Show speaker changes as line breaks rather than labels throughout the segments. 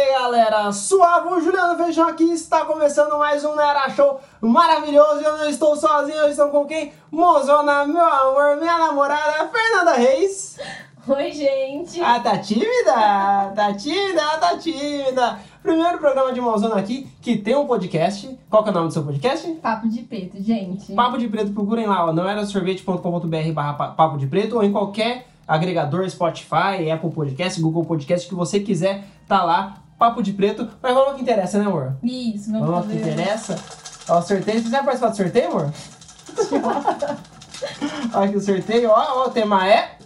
Beleza? Suave, o Juliano Feijão aqui está começando mais um Nera Show maravilhoso. Eu não estou sozinho, eu estou com quem? Mozona, meu amor, minha namorada, Fernanda Reis.
Oi, gente!
Ah, tá tímida? Tá tímida, tá tímida. Primeiro programa de Mozona aqui, que tem um podcast. Qual que é o nome do seu podcast?
Papo de preto, gente.
Papo de Preto, procurem lá, ó, não era sorvete.com.br barra pa- papo de preto ou em qualquer agregador, Spotify, Apple Podcast, Google Podcast, que você quiser, tá lá, Papo de Preto. Mas vamos ao que interessa, né, amor?
Isso, vamos,
Vamos ao que
fazer.
interessa? Ó, o sorteio, você já participou do sorteio, amor? Ó, aqui o sorteio, ó, ó, o tema é...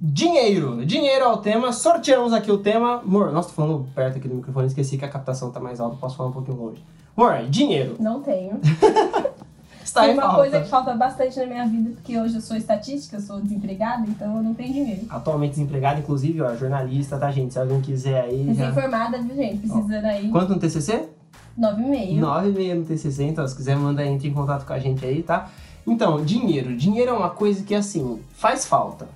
Dinheiro. Dinheiro é o tema. Sorteamos aqui o tema. Amor, nossa, tô falando perto aqui do microfone, esqueci que a captação tá mais alta, posso falar um pouquinho longe. Amor, dinheiro.
Não tenho.
Está
Tem
em
uma
falta.
coisa que falta bastante na minha vida, porque hoje eu sou estatística, eu sou desempregada, então eu não tenho dinheiro.
Atualmente desempregado, inclusive, ó, jornalista, tá, gente? Se alguém quiser aí. Já...
Recém-formada, viu, gente? Precisando aí.
Quanto um no TCC?
9,5.
9,5 no TCC, então se quiser, manda aí, entre em contato com a gente aí, tá? Então, dinheiro. Dinheiro é uma coisa que, assim, faz falta.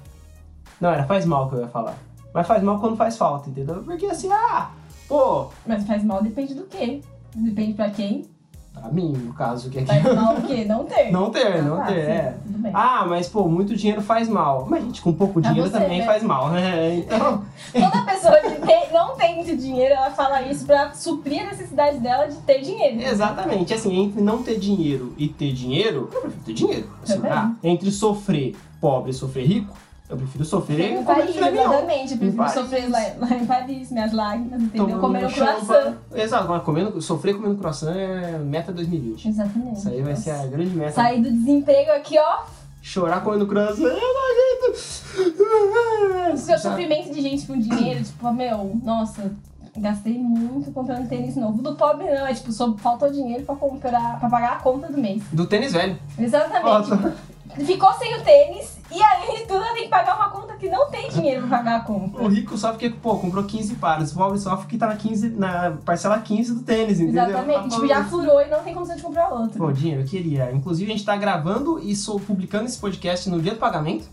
Não, era faz mal que eu ia falar. Mas faz mal quando faz falta, entendeu? Porque assim, ah, pô,
Mas faz mal depende do quê? Depende pra quem.
pra mim, no caso, que aqui.
Faz mal o quê? Não ter.
Não ter, não
Ah,
ter,
sim,
é.
Tudo bem.
Ah, mas pô, muito dinheiro faz mal. Mas, gente, com pouco
Pra
dinheiro
você,
também
né?
faz mal, né? Então.
Toda pessoa que tem- não tem muito dinheiro, ela fala isso pra suprir a necessidade dela de ter dinheiro.
Exatamente, assim, entre não ter dinheiro e ter dinheiro, eu prefiro ter dinheiro. Assim,
Também.
ah, entre sofrer pobre e sofrer rico, eu prefiro sofrer
Em
como eu
Paris,
prefiro não.
exatamente. Eu prefiro
Paris.
sofrer lá, lá em Paris, minhas lágrimas, entendeu?
Tomando
Comer um
champa-
croissant.
Exato, mas comendo, sofrer comendo croissant é meta 2020.
Exatamente.
Isso aí vai ser a grande meta.
Sair do desemprego aqui, ó.
Chorar comendo croissant, eu não
O
aguento.
seu
Sabe?
sofrimento de gente com dinheiro, tipo, ah, meu, nossa, gastei muito comprando tênis novo. Do pobre não, é tipo, só faltou dinheiro pra comprar, pra pagar a conta do mês.
Do tênis velho. Ó,
Exatamente. Tipo, Ficou sem o tênis e além de tudo ela tem que pagar uma conta que não tem dinheiro pra pagar a conta.
O rico só porque, pô, comprou 15 pares. O pobre só porque tá na, 15, na parcela 15 do tênis, entendeu?
Exatamente.
Tá
Tipo, já furou e não tem condição de comprar outro.
Pô, dinheiro, eu queria. Inclusive, a gente tá gravando e sou publicando esse podcast no dia do pagamento.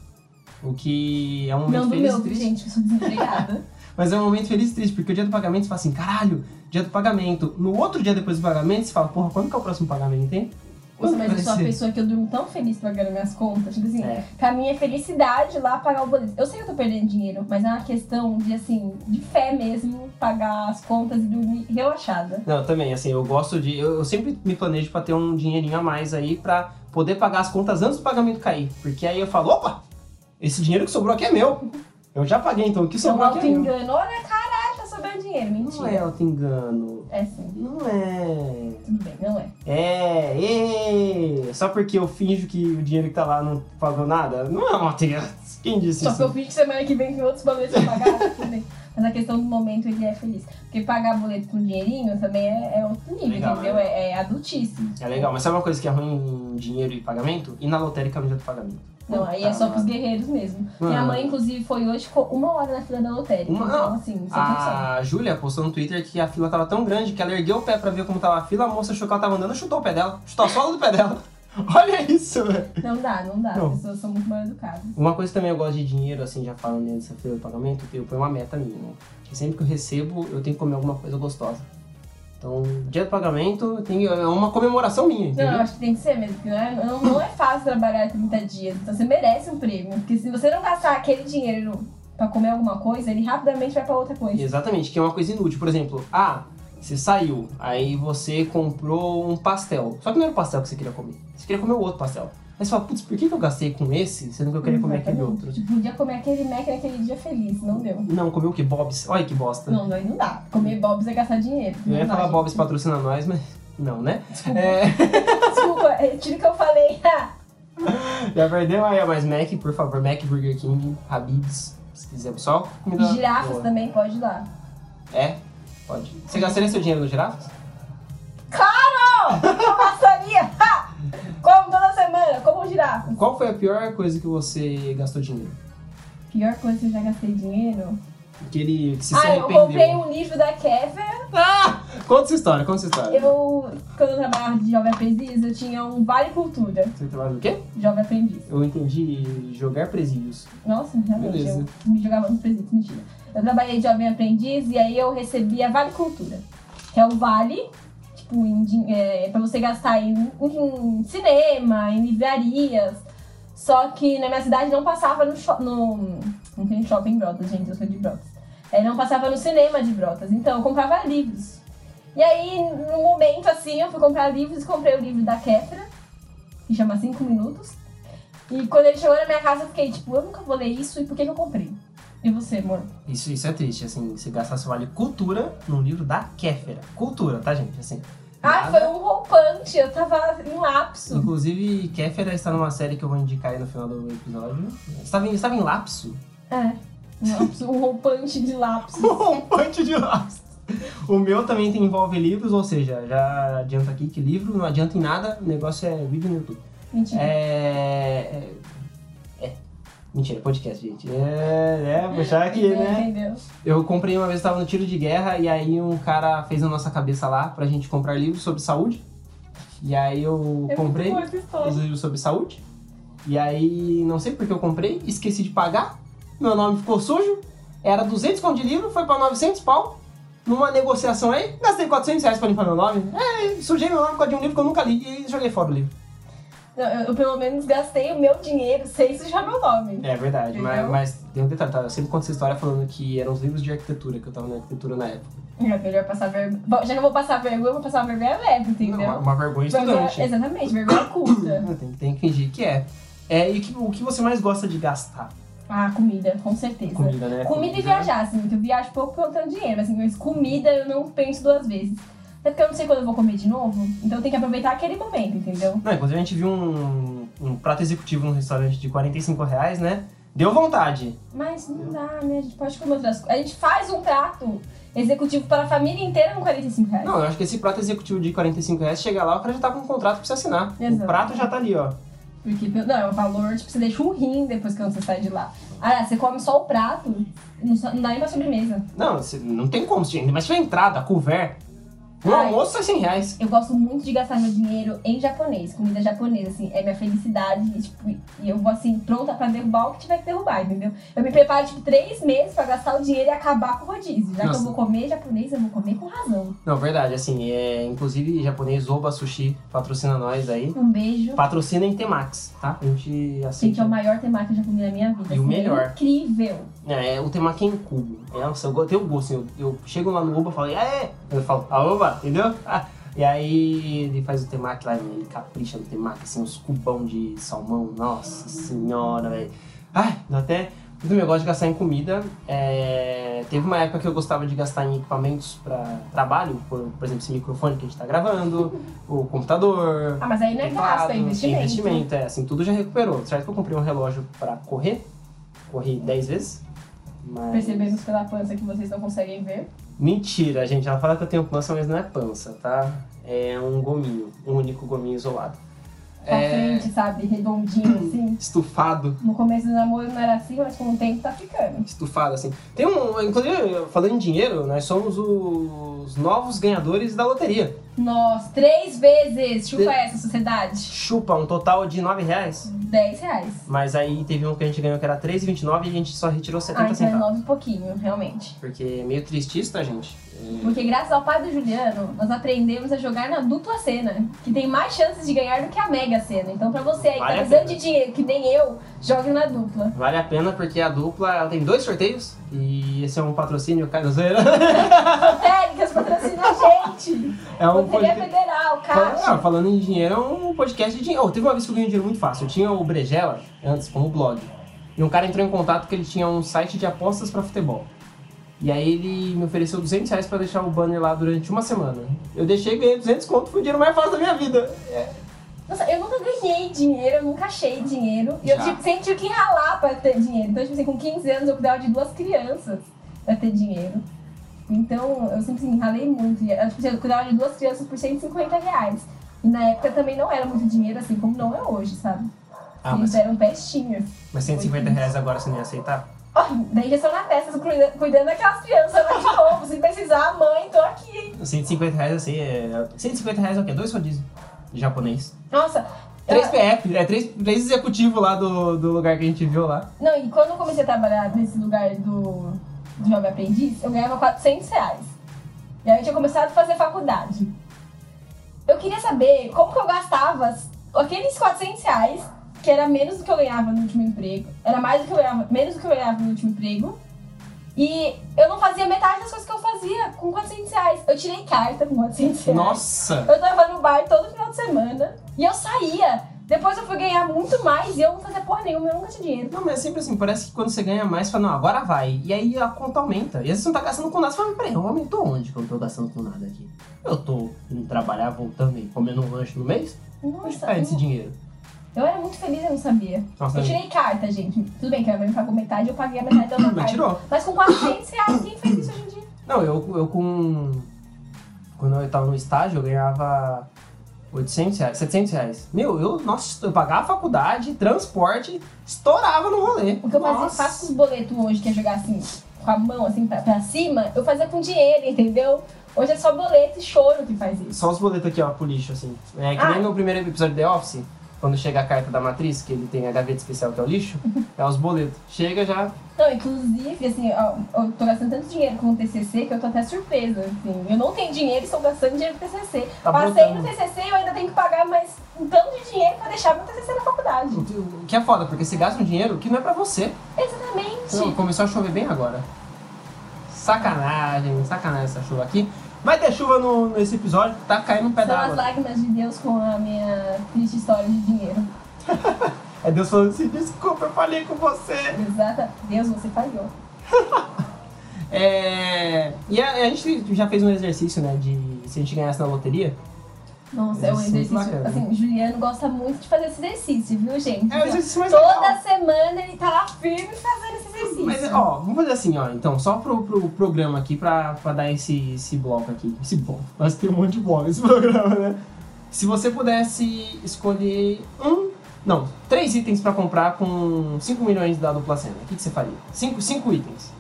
O que é um momento
Não do
feliz
meu,
e triste.
gente, eu sou desempregada.
Mas é um momento feliz e triste, porque o dia do pagamento você fala assim, caralho, dia do pagamento. No outro dia depois do pagamento, você fala, porra, quando que é o próximo pagamento, hein?
Nossa,
Quando
mas
que
eu sou
vai
uma
ser?
pessoa que eu durmo tão feliz pagando minhas contas. Tipo assim,
É.
pra mim é felicidade lá pagar o boleto. Eu sei que eu tô perdendo dinheiro, mas é uma questão de assim, de fé mesmo, pagar as contas e dormir relaxada.
Não, eu também, assim, eu gosto de. Eu, eu sempre me planejo pra ter um dinheirinho a mais aí pra poder pagar as contas antes do pagamento cair. Porque aí eu falo, opa, esse dinheiro que sobrou aqui é meu. Eu já paguei, então o que
Então,
sobrou aqui é meu.
auto-engano, olha, caralho, tá sobrando dinheiro.
Não é
Mentira.
auto-engano.
É. sim,
Não é.
tudo bem, não é.
É, ê, só porque eu finjo que o dinheiro que tá lá não pagou nada, não é uma criança. Quem disse
Só que
isso?
eu fico semana que vem com outros boletos pra pagar, tá tudo bem. Mas a questão do momento ele é feliz. Porque pagar boleto com dinheirinho também é, é outro nível,
Legal,
entendeu?
né?
É, é adultice.
É legal, mas sabe uma coisa que é ruim em dinheiro e pagamento? E na lotérica no dia do pagamento.
Não, aí é
Puta
só pros
merda.
guerreiros mesmo. Minha
Mano.
mãe, inclusive, foi hoje, ficou uma hora na fila da lotérica.
Ah. Uma- Ah.
Então,
não.
assim, sem condição.
A Júlia postou no Twitter que a fila tava tão grande que ela ergueu o pé pra ver como tava a fila, a moça achou que ela tava andando e chutou o pé dela. Chutou a sola do pé dela. Olha isso, velho.
Não dá, não dá.
Não.
As pessoas são muito mal educadas.
Uma coisa que também eu gosto de dinheiro, assim, já falando nessa fila do pagamento, que eu ponho uma meta minha, né? Que sempre que eu recebo, eu tenho que comer alguma coisa gostosa. Então, dia do pagamento eu tenho- é uma comemoração minha,
Não,
entendeu?
eu acho que tem que ser mesmo, porque não é, não, não é fácil trabalhar 30 dias. Então você merece um prêmio. Porque se você não gastar aquele dinheiro pra comer alguma coisa, ele rapidamente vai pra outra coisa.
Exatamente, que é uma coisa inútil. Por exemplo, ah, você saiu, aí você comprou um pastel. Só que não era o pastel que você queria comer. Você queria comer o outro pastel. Aí você fala, putz, por que que eu gastei com esse, sendo que eu queria comer aquele
Exatamente.
outro?
Tipo, podia comer aquele Mac naquele dia feliz, não deu.
Não, comeu o que? Bob's? Olha que bosta.
Não, daí não dá. Comer Bob's é gastar dinheiro.
eu ia
Não dá,
falar
gente.
Bob's patrocina nós, mas não, né? É,
Desculpa, é, tira o que eu falei.
já perdeu aí, ó, mas Mac, por favor, Mac, Burger King, Habib's, se quiser. Só comida
Girafas né?
boa.
também pode ir lá.
É, pode. Você gastaria seu dinheiro no girafas?
Claro! Eu passaria! Ha! Como toda semana, como um girafa.
Qual foi a pior coisa que você gastou dinheiro?
Pior coisa é que eu já gastei dinheiro.
Aquele que se
ah, eu
arrependeu.
comprei um livro da Kevin.
Ah! Conta essa história, conta essa história.
Eu, quando eu trabalhava de jovem aprendiz, eu tinha um Vale Cultura,
Você trabalha no quê?
jovem aprendiz.
Eu entendi jogar presídios.
Nossa, realmente,
Beleza.
eu me jogava nos presídios, mentira. Eu trabalhei de jovem aprendiz e aí eu recebia Vale Cultura, que é o Vale, tipo, em, din- é, pra você gastar em, em cinema, em livrarias. Só que na minha cidade não passava no, sho- no, não tem shopping em Brotas, gente, eu sou de Brotas. É, não passava no cinema de Brotas, então eu comprava livros. E aí, num momento assim, eu fui comprar livros e comprei o livro da Kéfera, que chama 5 Minutos. E quando ele chegou na minha casa, eu fiquei tipo, eu nunca vou ler isso e por que, que eu comprei? E você, amor?
Isso, isso é triste, assim, se gastasse vale cultura num livro da Kéfera. Cultura, tá, gente? Assim.
Ah,
nada- Uhum.
foi um rompante, eu tava em lapso.
Inclusive, Kéfera está numa série que eu vou indicar aí no final do episódio. Estava em, estava em lapso?
É, um lapso, um rompante de lapso.
um monte de lapso. O meu também tem- envolve livros, ou seja, já adianta aqui que livro não adianta em nada, o negócio é vídeo no YouTube.
Mentira.
É. É. é. Mentira, podcast, gente. É, é, puxar aqui,
Entendeu?
né?
Entendeu?
Eu comprei uma vez, tava no tiro de guerra, e aí um cara fez a nossa cabeça lá pra gente comprar livros sobre saúde. E aí eu
É
comprei
muito boa essa história.
os livros sobre saúde. E aí, não sei porque eu comprei, esqueci de pagar, meu nome ficou sujo, era 200 conto de livro, foi pra 900 pau. Numa negociação aí, gastei 400 reais pra limpar meu nome. É, sujei meu nome por causa de um livro que eu nunca li e joguei fora o livro.
Não, eu, eu pelo menos gastei o meu dinheiro sem sujar meu nome.
É verdade, mas,
Entendeu?
mas tem um detalhe, tá? Eu sempre conto essa história falando que eram os livros de arquitetura, que eu tava na arquitetura na época.
É melhor passar vergonha. Bom, já que eu vou passar vergonha, eu vou passar uma vergonha leve, entendeu?
é
é
Uma, uma vergonha
vergonha,
estudante.
exatamente, vergonha culta.
Ah, Tem, tem que fingir que é. É, e o que, o que você mais gosta de gastar?
Ah, comida, com certeza.
Comida, né?
Comida e viajar, assim, que eu viajo pouco porque eu tenho dinheiro, assim, mas comida eu não penso duas vezes. Até porque eu não sei quando eu vou comer de novo, então eu tenho que aproveitar aquele momento, entendeu?
Não, inclusive a gente viu um, um prato executivo num restaurante de 45 reais, né? Deu vontade.
Mas não dá, né? A gente pode comer outras coisas. A gente faz um prato executivo para a família inteira com 45 reais.
Não, eu acho que esse prato executivo de 45 reais, chega lá, o cara já tá com um contrato pra você assinar.
Exato.
O prato já tá ali, ó.
Porque, não, é um valor, tipo, você deixa um rim depois que você sai de lá. Ah, você come só o prato, não, só- não dá nem pra sobremesa.
Não, você- não tem como, gente. Mas foi a entrada, a couvert. Um
Ai.
almoço é 100 reais.
Eu gosto muito de gastar meu dinheiro em japonês, comida japonesa, assim, é minha felicidade. E, tipo, e eu vou, assim, pronta pra derrubar o que tiver que derrubar, entendeu? Eu me preparo, tipo, três meses pra gastar o dinheiro e acabar com o rodízio. Já que
Nossa.
eu vou comer japonês, eu vou comer com razão.
Não, verdade, assim, é, inclusive japonês Oba Sushi patrocina nós aí.
Um beijo.
Patrocina em Temax, tá? A gente aceita.
Gente, é o maior temaki que eu já comi na minha vida.
E o
assim, é
melhor.
incrível.
É, o temaki em cubo. Nossa, eu go- tenho gosto, assim, eu, eu chego lá no Oba e falo, "E aí? Eu falo, a Oba, entendeu? Ah, e aí ele faz o temaki lá, ele capricha no temaki, assim, uns cubão de salmão, nossa senhora, velho. Ai, dá até... Eu também gosto de gastar em comida. É, Teve uma época que eu gostava de gastar em equipamentos pra trabalho, por, por exemplo, esse microfone que a gente tá gravando, o computador,
Ah, mas aí não é gasto, é
Teclado,
investimento.
investimento, é. Assim, tudo já recuperou. Certo que eu comprei um relógio pra correr. Corri 10 vezes. Mas...
Percebemos pela pança que vocês não conseguem ver.
Mentira, gente. Ela fala que eu tenho pança, mas não é pança, tá? É um gominho. Um único gominho isolado.
pra
É,
frente, sabe? Redondinho, assim.
Estufado.
No começo do namoro não era assim, mas com o tempo tá ficando.
Estufado, assim. Tem um... Inclusive, falando em dinheiro, nós somos os novos ganhadores da loteria.
Nossa, três vezes! Chupa
De-
essa, sociedade.
Chupa um total de 9 reais.
10 reais.
Mas aí teve um que a gente ganhou que era 3,29 e a gente só retirou
Ah,
70
então é
centavos.
nove e pouquinho, realmente.
Porque é meio triste isso, tá, gente? É...
Porque graças ao pai do Juliano, nós aprendemos a jogar na dupla cena, que tem mais chances de ganhar do que a mega cena. Então pra você aí que tá
Vale a
precisando
pena.
de dinheiro, que nem eu, jogue na dupla.
Vale a pena porque a dupla ela tem dois sorteios e esse é um patrocínio caseiro.
Técnicas patrocina a gente!
É um
Loteria
podcast.
Federal,
Ah,
Caixa.
falando em dinheiro, é um podcast de dinheiro. Oh, teve uma vez que eu ganhei dinheiro muito fácil. Eu tinha o Brejela antes como blog. E um cara entrou em contato que ele tinha um site de apostas pra futebol. E aí ele me ofereceu 200 reais pra deixar o banner lá durante uma semana. Eu deixei, ganhei 200 conto, foi o dinheiro mais fácil da minha vida.
Nossa, eu nunca ganhei dinheiro, eu nunca achei dinheiro. E eu
Já.
tipo, sempre tive que ralar pra ter dinheiro. Então, tipo assim, com 15 anos eu cuidava de duas crianças pra ter dinheiro. Então, eu sempre assim, ralei muito. E, Eu, tipo, eu cuidava de duas crianças por 150 reais. E na época também não era muito dinheiro, assim como não é hoje, sabe?
Ah,
Eles
mas,
eram pestinhas.
mas 150 reais agora você não ia aceitar?
Ó, daí já estão na festa, cuida- cuidando daquelas crianças lá de novo. Se precisar, mãe, tô aqui, hein?
150 reais assim é. 150 reais é o quê? Dois rodízios de japonês.
Nossa,
3 PF, é três, três executivos lá do, do lugar que a gente viu lá.
Não, e quando eu comecei a trabalhar nesse lugar do, do Jovem Aprendiz, eu ganhava 400 reais. E aí eu tinha começado a fazer faculdade. Eu queria saber como que eu gastava aqueles 400 reais, que era menos do que eu ganhava no último emprego, era mais do que eu ganhava, menos do que eu ganhava no último emprego. E eu não fazia metade das coisas que eu fazia com 400 reais. Eu tirei carta com 400 reais.
Nossa!
Eu tava no bar todo final de semana e eu saía. Depois eu fui ganhar muito mais e eu não fazia porra nenhuma, eu nunca tinha dinheiro.
Não, mas é sempre assim, parece que quando você ganha mais, você fala, não, agora vai. E aí a conta aumenta. E aí você não tá gastando com nada, você fala, peraí, eu aumentou onde que eu tô gastando com nada aqui? Eu tô indo trabalhar, voltando e comendo um lanche no mês? Onde
Nossa,
tá esse
eu,
dinheiro?
eu era muito feliz, eu não sabia.
Nossa,
Eu tirei carta, gente. Tudo bem que a minha mãe pagou metade, eu paguei a metade da outra
mas
carta.
tirou.
Mas com 400 reais, quem fez isso hoje em dia?
Não, eu, eu com... Quando eu tava no estágio, eu ganhava 800 reais, 700 reais. Meu, eu, nossa, eu pagava a faculdade, transporte, estourava no rolê.
O que eu fazia,
Nossa.
faço com os boletos hoje, que é jogar assim, com a mão assim pra, pra cima, eu fazia com dinheiro, entendeu? Hoje é só boleto e choro que faz isso.
Só os boletos aqui, ó, pro lixo, assim. É que
Ah.
nem no primeiro episódio de The Office, quando chega a carta da Matriz, que ele tem a gaveta especial que é o lixo, é os boletos. Chega já.
Não, inclusive, assim, ó, eu tô gastando tanto dinheiro com o TCC que eu tô até surpresa, assim. Eu não tenho dinheiro e estou gastando dinheiro com o TCC.
Tá
Passei
botando.
no TCC e eu ainda tenho que pagar mais um tanto de dinheiro pra deixar meu TCC na faculdade.
O que- o que é foda, porque você gasta um dinheiro que não é pra você.
Exatamente.
Não, começou a chover bem agora. Sacanagem, sacanagem essa chuva aqui. Vai ter chuva no, nesse episódio, tá caindo um pé
São as
d'água.
lágrimas de Deus com a minha triste história de dinheiro.
É Deus falando assim, desculpa, eu falei com você.
Exata. Deus, você falhou.
É... E a, a gente já fez um exercício, né, de se a gente ganhasse na loteria.
Nossa, é um
Isso é muito
exercício.
bacana.
Assim, Juliano gosta muito de fazer esse exercício, viu, gente?
É o exercício mais
Toda
legal.
semana ele tá lá firme fazendo esse exercício.
Mas, ó, vamos fazer assim, ó. Então, só pro, pro programa aqui, pra, pra dar esse, esse bloco aqui. Esse bloco. Parece que tem um monte de bloco esse programa, né? Se você pudesse escolher um... Não, três itens pra comprar com 5 milhões da dupla cena. O que, que você faria? Cinco, cinco itens.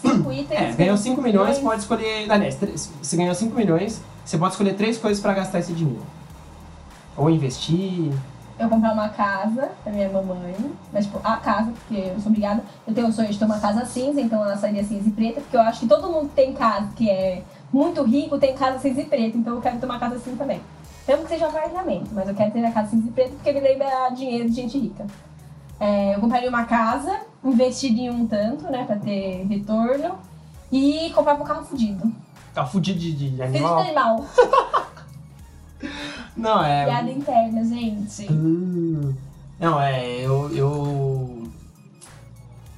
Cinco itens.
É, ganhou 5 milhões,
milhões.
pode escolher... Aliás, três- você ganhou 5 milhões, você pode escolher três coisas pra gastar esse dinheiro. Ou investir...
Eu comprar uma casa pra minha mamãe. Mas, tipo, a casa, porque eu sou obrigada. Eu tenho o sonho de ter uma casa cinza, então ela seria cinza e preta. Porque eu acho que todo mundo que tem casa que é muito rico, tem casa cinza e preta. Então eu quero ter uma casa assim também. Mesmo que seja um apartamento, mas eu quero ter a casa cinza e preta porque me lembra dinheiro de gente rica. É, eu compraria uma casa, investiria em um tanto, né, pra ter retorno. E comprava um carro fudido.
Tá fudido de, de
Fudido
animal?
de animal.
Não, é...
Piada interna, gente.
Hum. Não, é, eu, eu.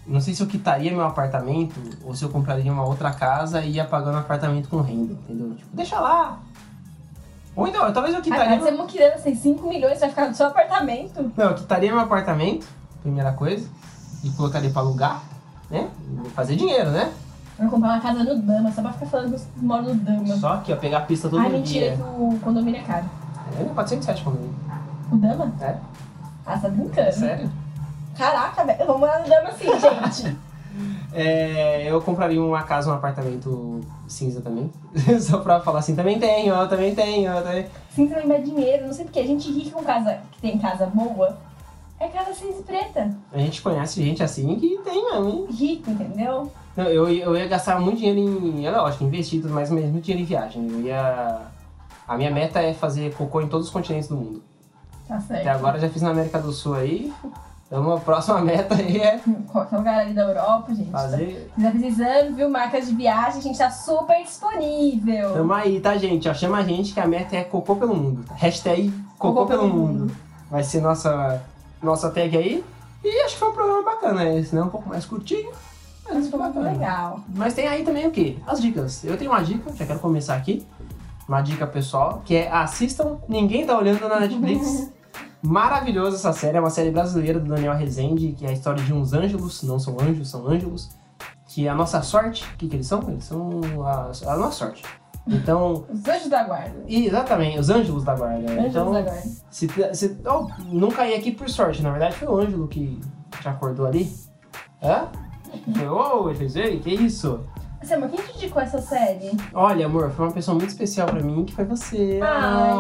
Não sei se eu quitaria meu apartamento ou se eu compraria uma outra casa e ia pagando apartamento com renda, entendeu? Tipo, deixa lá. Ou então, talvez eu
Agora
quitaria.
você moqueirando assim, 5 milhões vai ficar no seu apartamento.
Não, eu quitaria meu apartamento, primeira coisa, e colocaria pra alugar, né? Fazer dinheiro, né?
Eu comprar uma casa no Dama, só pra ficar falando que eu moro no Dama.
Só que, ó, pegar a pista todo
Ai, mentira, Uhum.
dia.
que o condomínio é caro.
É 400 reais comigo.
O Dama?
É.
Ah, você tá brincando.
Sério?
Caraca, velho, eu vou morar no Dama sim, gente.
É, eu compraria uma casa, um apartamento cinza também. Só pra falar assim, também tenho, eu também tenho, eu também.
Sim, também dá dinheiro, não sei porquê. Gente rica com casa, que tem casa boa, é casa cinza e preta.
A gente conhece gente assim que tem mesmo, hein?
Rico, entendeu?
Não, Eu, eu ia gastar muito dinheiro em. É lógico, investir e tudo mais, mas muito dinheiro em viagem. Eu ia. A minha meta é fazer cocô em todos os continentes do mundo.
Tá certo.
Até agora eu já fiz na América do Sul aí. Então a próxima meta aí é
Qualquer lugar ali da Europa, gente.
fazer.
Se quiser precisando, viu? Marcas de viagem, a gente tá super disponível.
Tamo aí, tá, gente? Ó, chama a gente que a meta é cocô pelo mundo. Hashtag cocô, pelo mundo. Vai ser nossa, nossa tag aí. E acho que foi um programa bacana esse, né? Um pouco mais curtinho. Mas
Mas
foi
foi muito
bacana.
legal.
Mas tem aí também o quê? As dicas. Eu tenho uma dica, já quero começar aqui. Uma dica pessoal, que é assistam Ninguém Tá Olhando na Netflix. Maravilhosa essa série, é uma série brasileira do Daniel Rezende, que é a história de uns ângelos, não são anjos, são ângelos. Que é a nossa sorte, o que, que eles são? Eles são a, a nossa sorte. Então,
Os anjos da guarda.
e exatamente, os ângelos da guarda.
Anjos
então,
da guarda.
se, se, oh, não caí aqui por sorte, na verdade foi o Ângelo que te acordou ali. Hã? Foi, ô, Gisele, que isso?
Sam, quem te indicou essa série?
Olha, amor, foi uma pessoa muito especial pra mim que foi você.
Ai,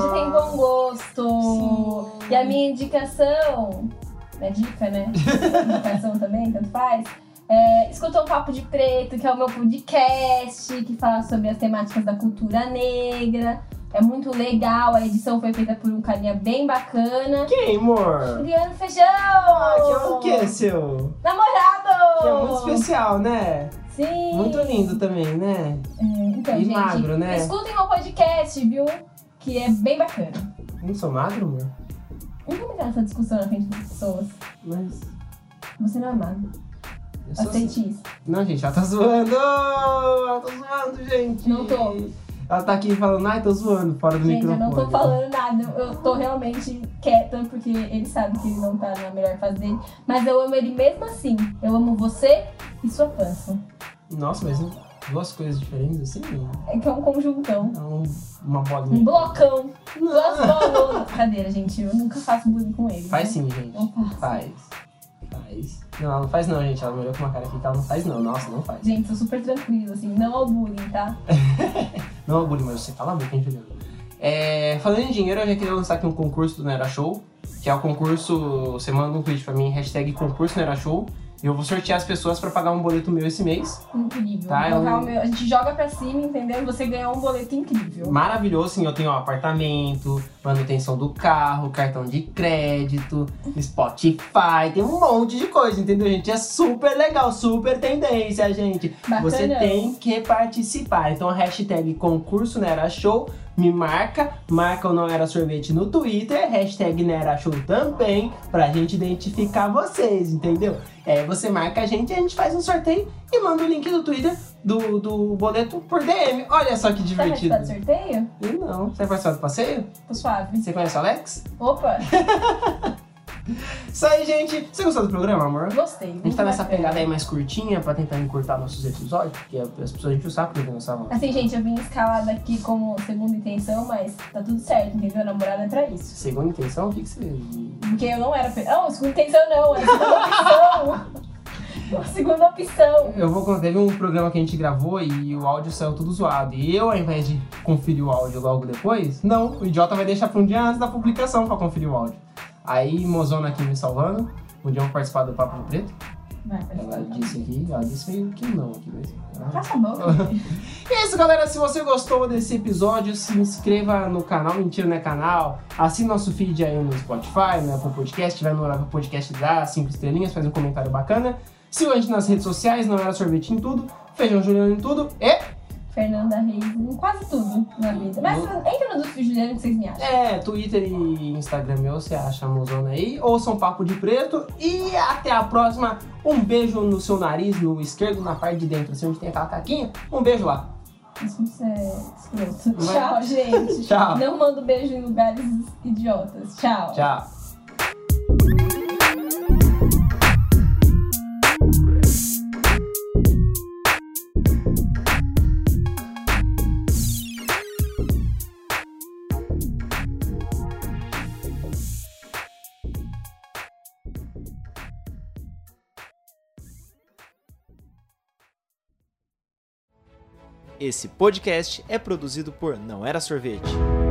gente, tem bom gosto.
Sim.
E a minha indicação. Não é dica, né? indicação também, tanto faz. É, escuta um Papo de Preto, que é o meu podcast, que fala sobre as temáticas da cultura negra. É muito legal, a edição foi feita por um carinha bem bacana.
Quem, amor?
Adriano Feijão!
Ah, que é o que, seu?
Namorado!
Que é muito especial, né?
Sim!
Muito lindo também, né?
É, então,
E
gente,
magro, né?
escutem meu podcast, viu? Que é bem bacana.
Não sou magro, amor?
Não vou entrar nessa é discussão na frente das pessoas.
Mas.
Você não é magro.
Eu sou assim.
Aceite isso.
Não, gente, ela tá zoando! Ela tá zoando, gente!
Não tô.
Ela tá aqui falando, ai, tô zoando, fora do
Gente, eu
microfone.
não tô falando nada, eu tô realmente quieta porque ele sabe que ele não tá na melhor fase dele. Mas eu amo ele mesmo assim. Eu amo você e sua pança.
Nossa, mas duas coisas diferentes assim? Não,
É que é um conjuntão.
É um- uma
Um
bolinha.
blocão. Duas
Não.
bolas. Brincadeira, gente. Eu nunca faço bullying com ele.
Faz
né?
sim, gente.
Não faço.
Faz. Faz. Não, ela não faz não, gente. Ela me olhou com uma cara aqui que ela não faz não. Nossa, não faz.
Gente, sou super tranquila, assim. Não ao bullying, tá?
Não é orgulho, mas você fala muito, hein, Juliana? É, falando em dinheiro, eu já queria lançar aqui um concurso do Nera Show, que é o concurso. Você manda um tweet pra mim, hashtag concurso Nera Show, e eu vou sortear as pessoas pra pagar um boleto meu esse mês.
Incrível.
Tá,
Vou
eu-
colocar o meu- A gente joga pra cima, entendeu? Você ganhou um boleto incrível.
Maravilhoso, sim. Eu tenho ó, apartamento, manutenção do carro, cartão de crédito, Spotify, tem um monte de coisa, entendeu, gente? É super legal, super tendência, gente.
Bacana.
Você tem que participar. Então, a hashtag concurso Nera Show me marca, marca o Não Era Sorvete no Twitter, hashtag Nera Show também, pra gente identificar vocês, entendeu? É, você marca a gente, a gente faz um sorteio e manda o link do Twitter do, do boleto por DM. Olha só que
Você é vai
divertido.
participar do sorteio?
Eu não. Você vai participar do passeio?
Tô suave.
Você conhece o Alex?
Opa,
Isso aí, gente. Você gostou do programa, amor?
gostei.
A gente tá nessa pegada aí mais curtinha pra tentar encurtar nossos episódios, porque as pessoas enchem o saco porque não sabem.
Assim, gente, eu vim escalada aqui como segunda intenção, mas tá tudo certo, entendeu? Namorada é pra isso.
Segunda intenção, o que, que você.
Porque eu não era. Fe... Não, segunda intenção não, era segunda opção. Uma segunda opção.
Eu vou contar, teve um programa que a gente gravou e o áudio saiu tudo zoado. E eu, ao invés de conferir o áudio logo depois, não, o idiota vai deixar pra um dia antes da publicação pra conferir o áudio. Aí, mozona aqui me salvando, um dia eu vou participar do Papo do Preto.
Vai, vai.
Ela disse aqui, ela disse meio que não aqui mesmo.
Passa a boca. gente.
E é isso, galera. Se você gostou desse episódio, se inscreva no canal. Mentira, não é canal. Assine nosso feed aí no Spotify, no Apple Podcast. Vai no Apple Podcast dá cinco estrelinhas, faz um comentário bacana. Siga a gente nas redes sociais, não era sorvete em tudo. Feijão Juliano em tudo. E.
Fernanda Reis em quase tudo na vida. Mas
Uhum.
entra no do Juliano que vocês me acham.
É, Twitter e Instagram meu, você acha a mozona aí. Ouçam Papo de Preto. E até a próxima. Um beijo no seu nariz, no esquerdo, na parte de dentro, assim onde tem aquela caquinha. Um beijo lá.
Isso é escroto.
Vai.
Tchau, gente.
Tchau.
Não mando beijo em lugares idiotas. Tchau.
Tchau.
Esse podcast é produzido por Não Era Sorvete.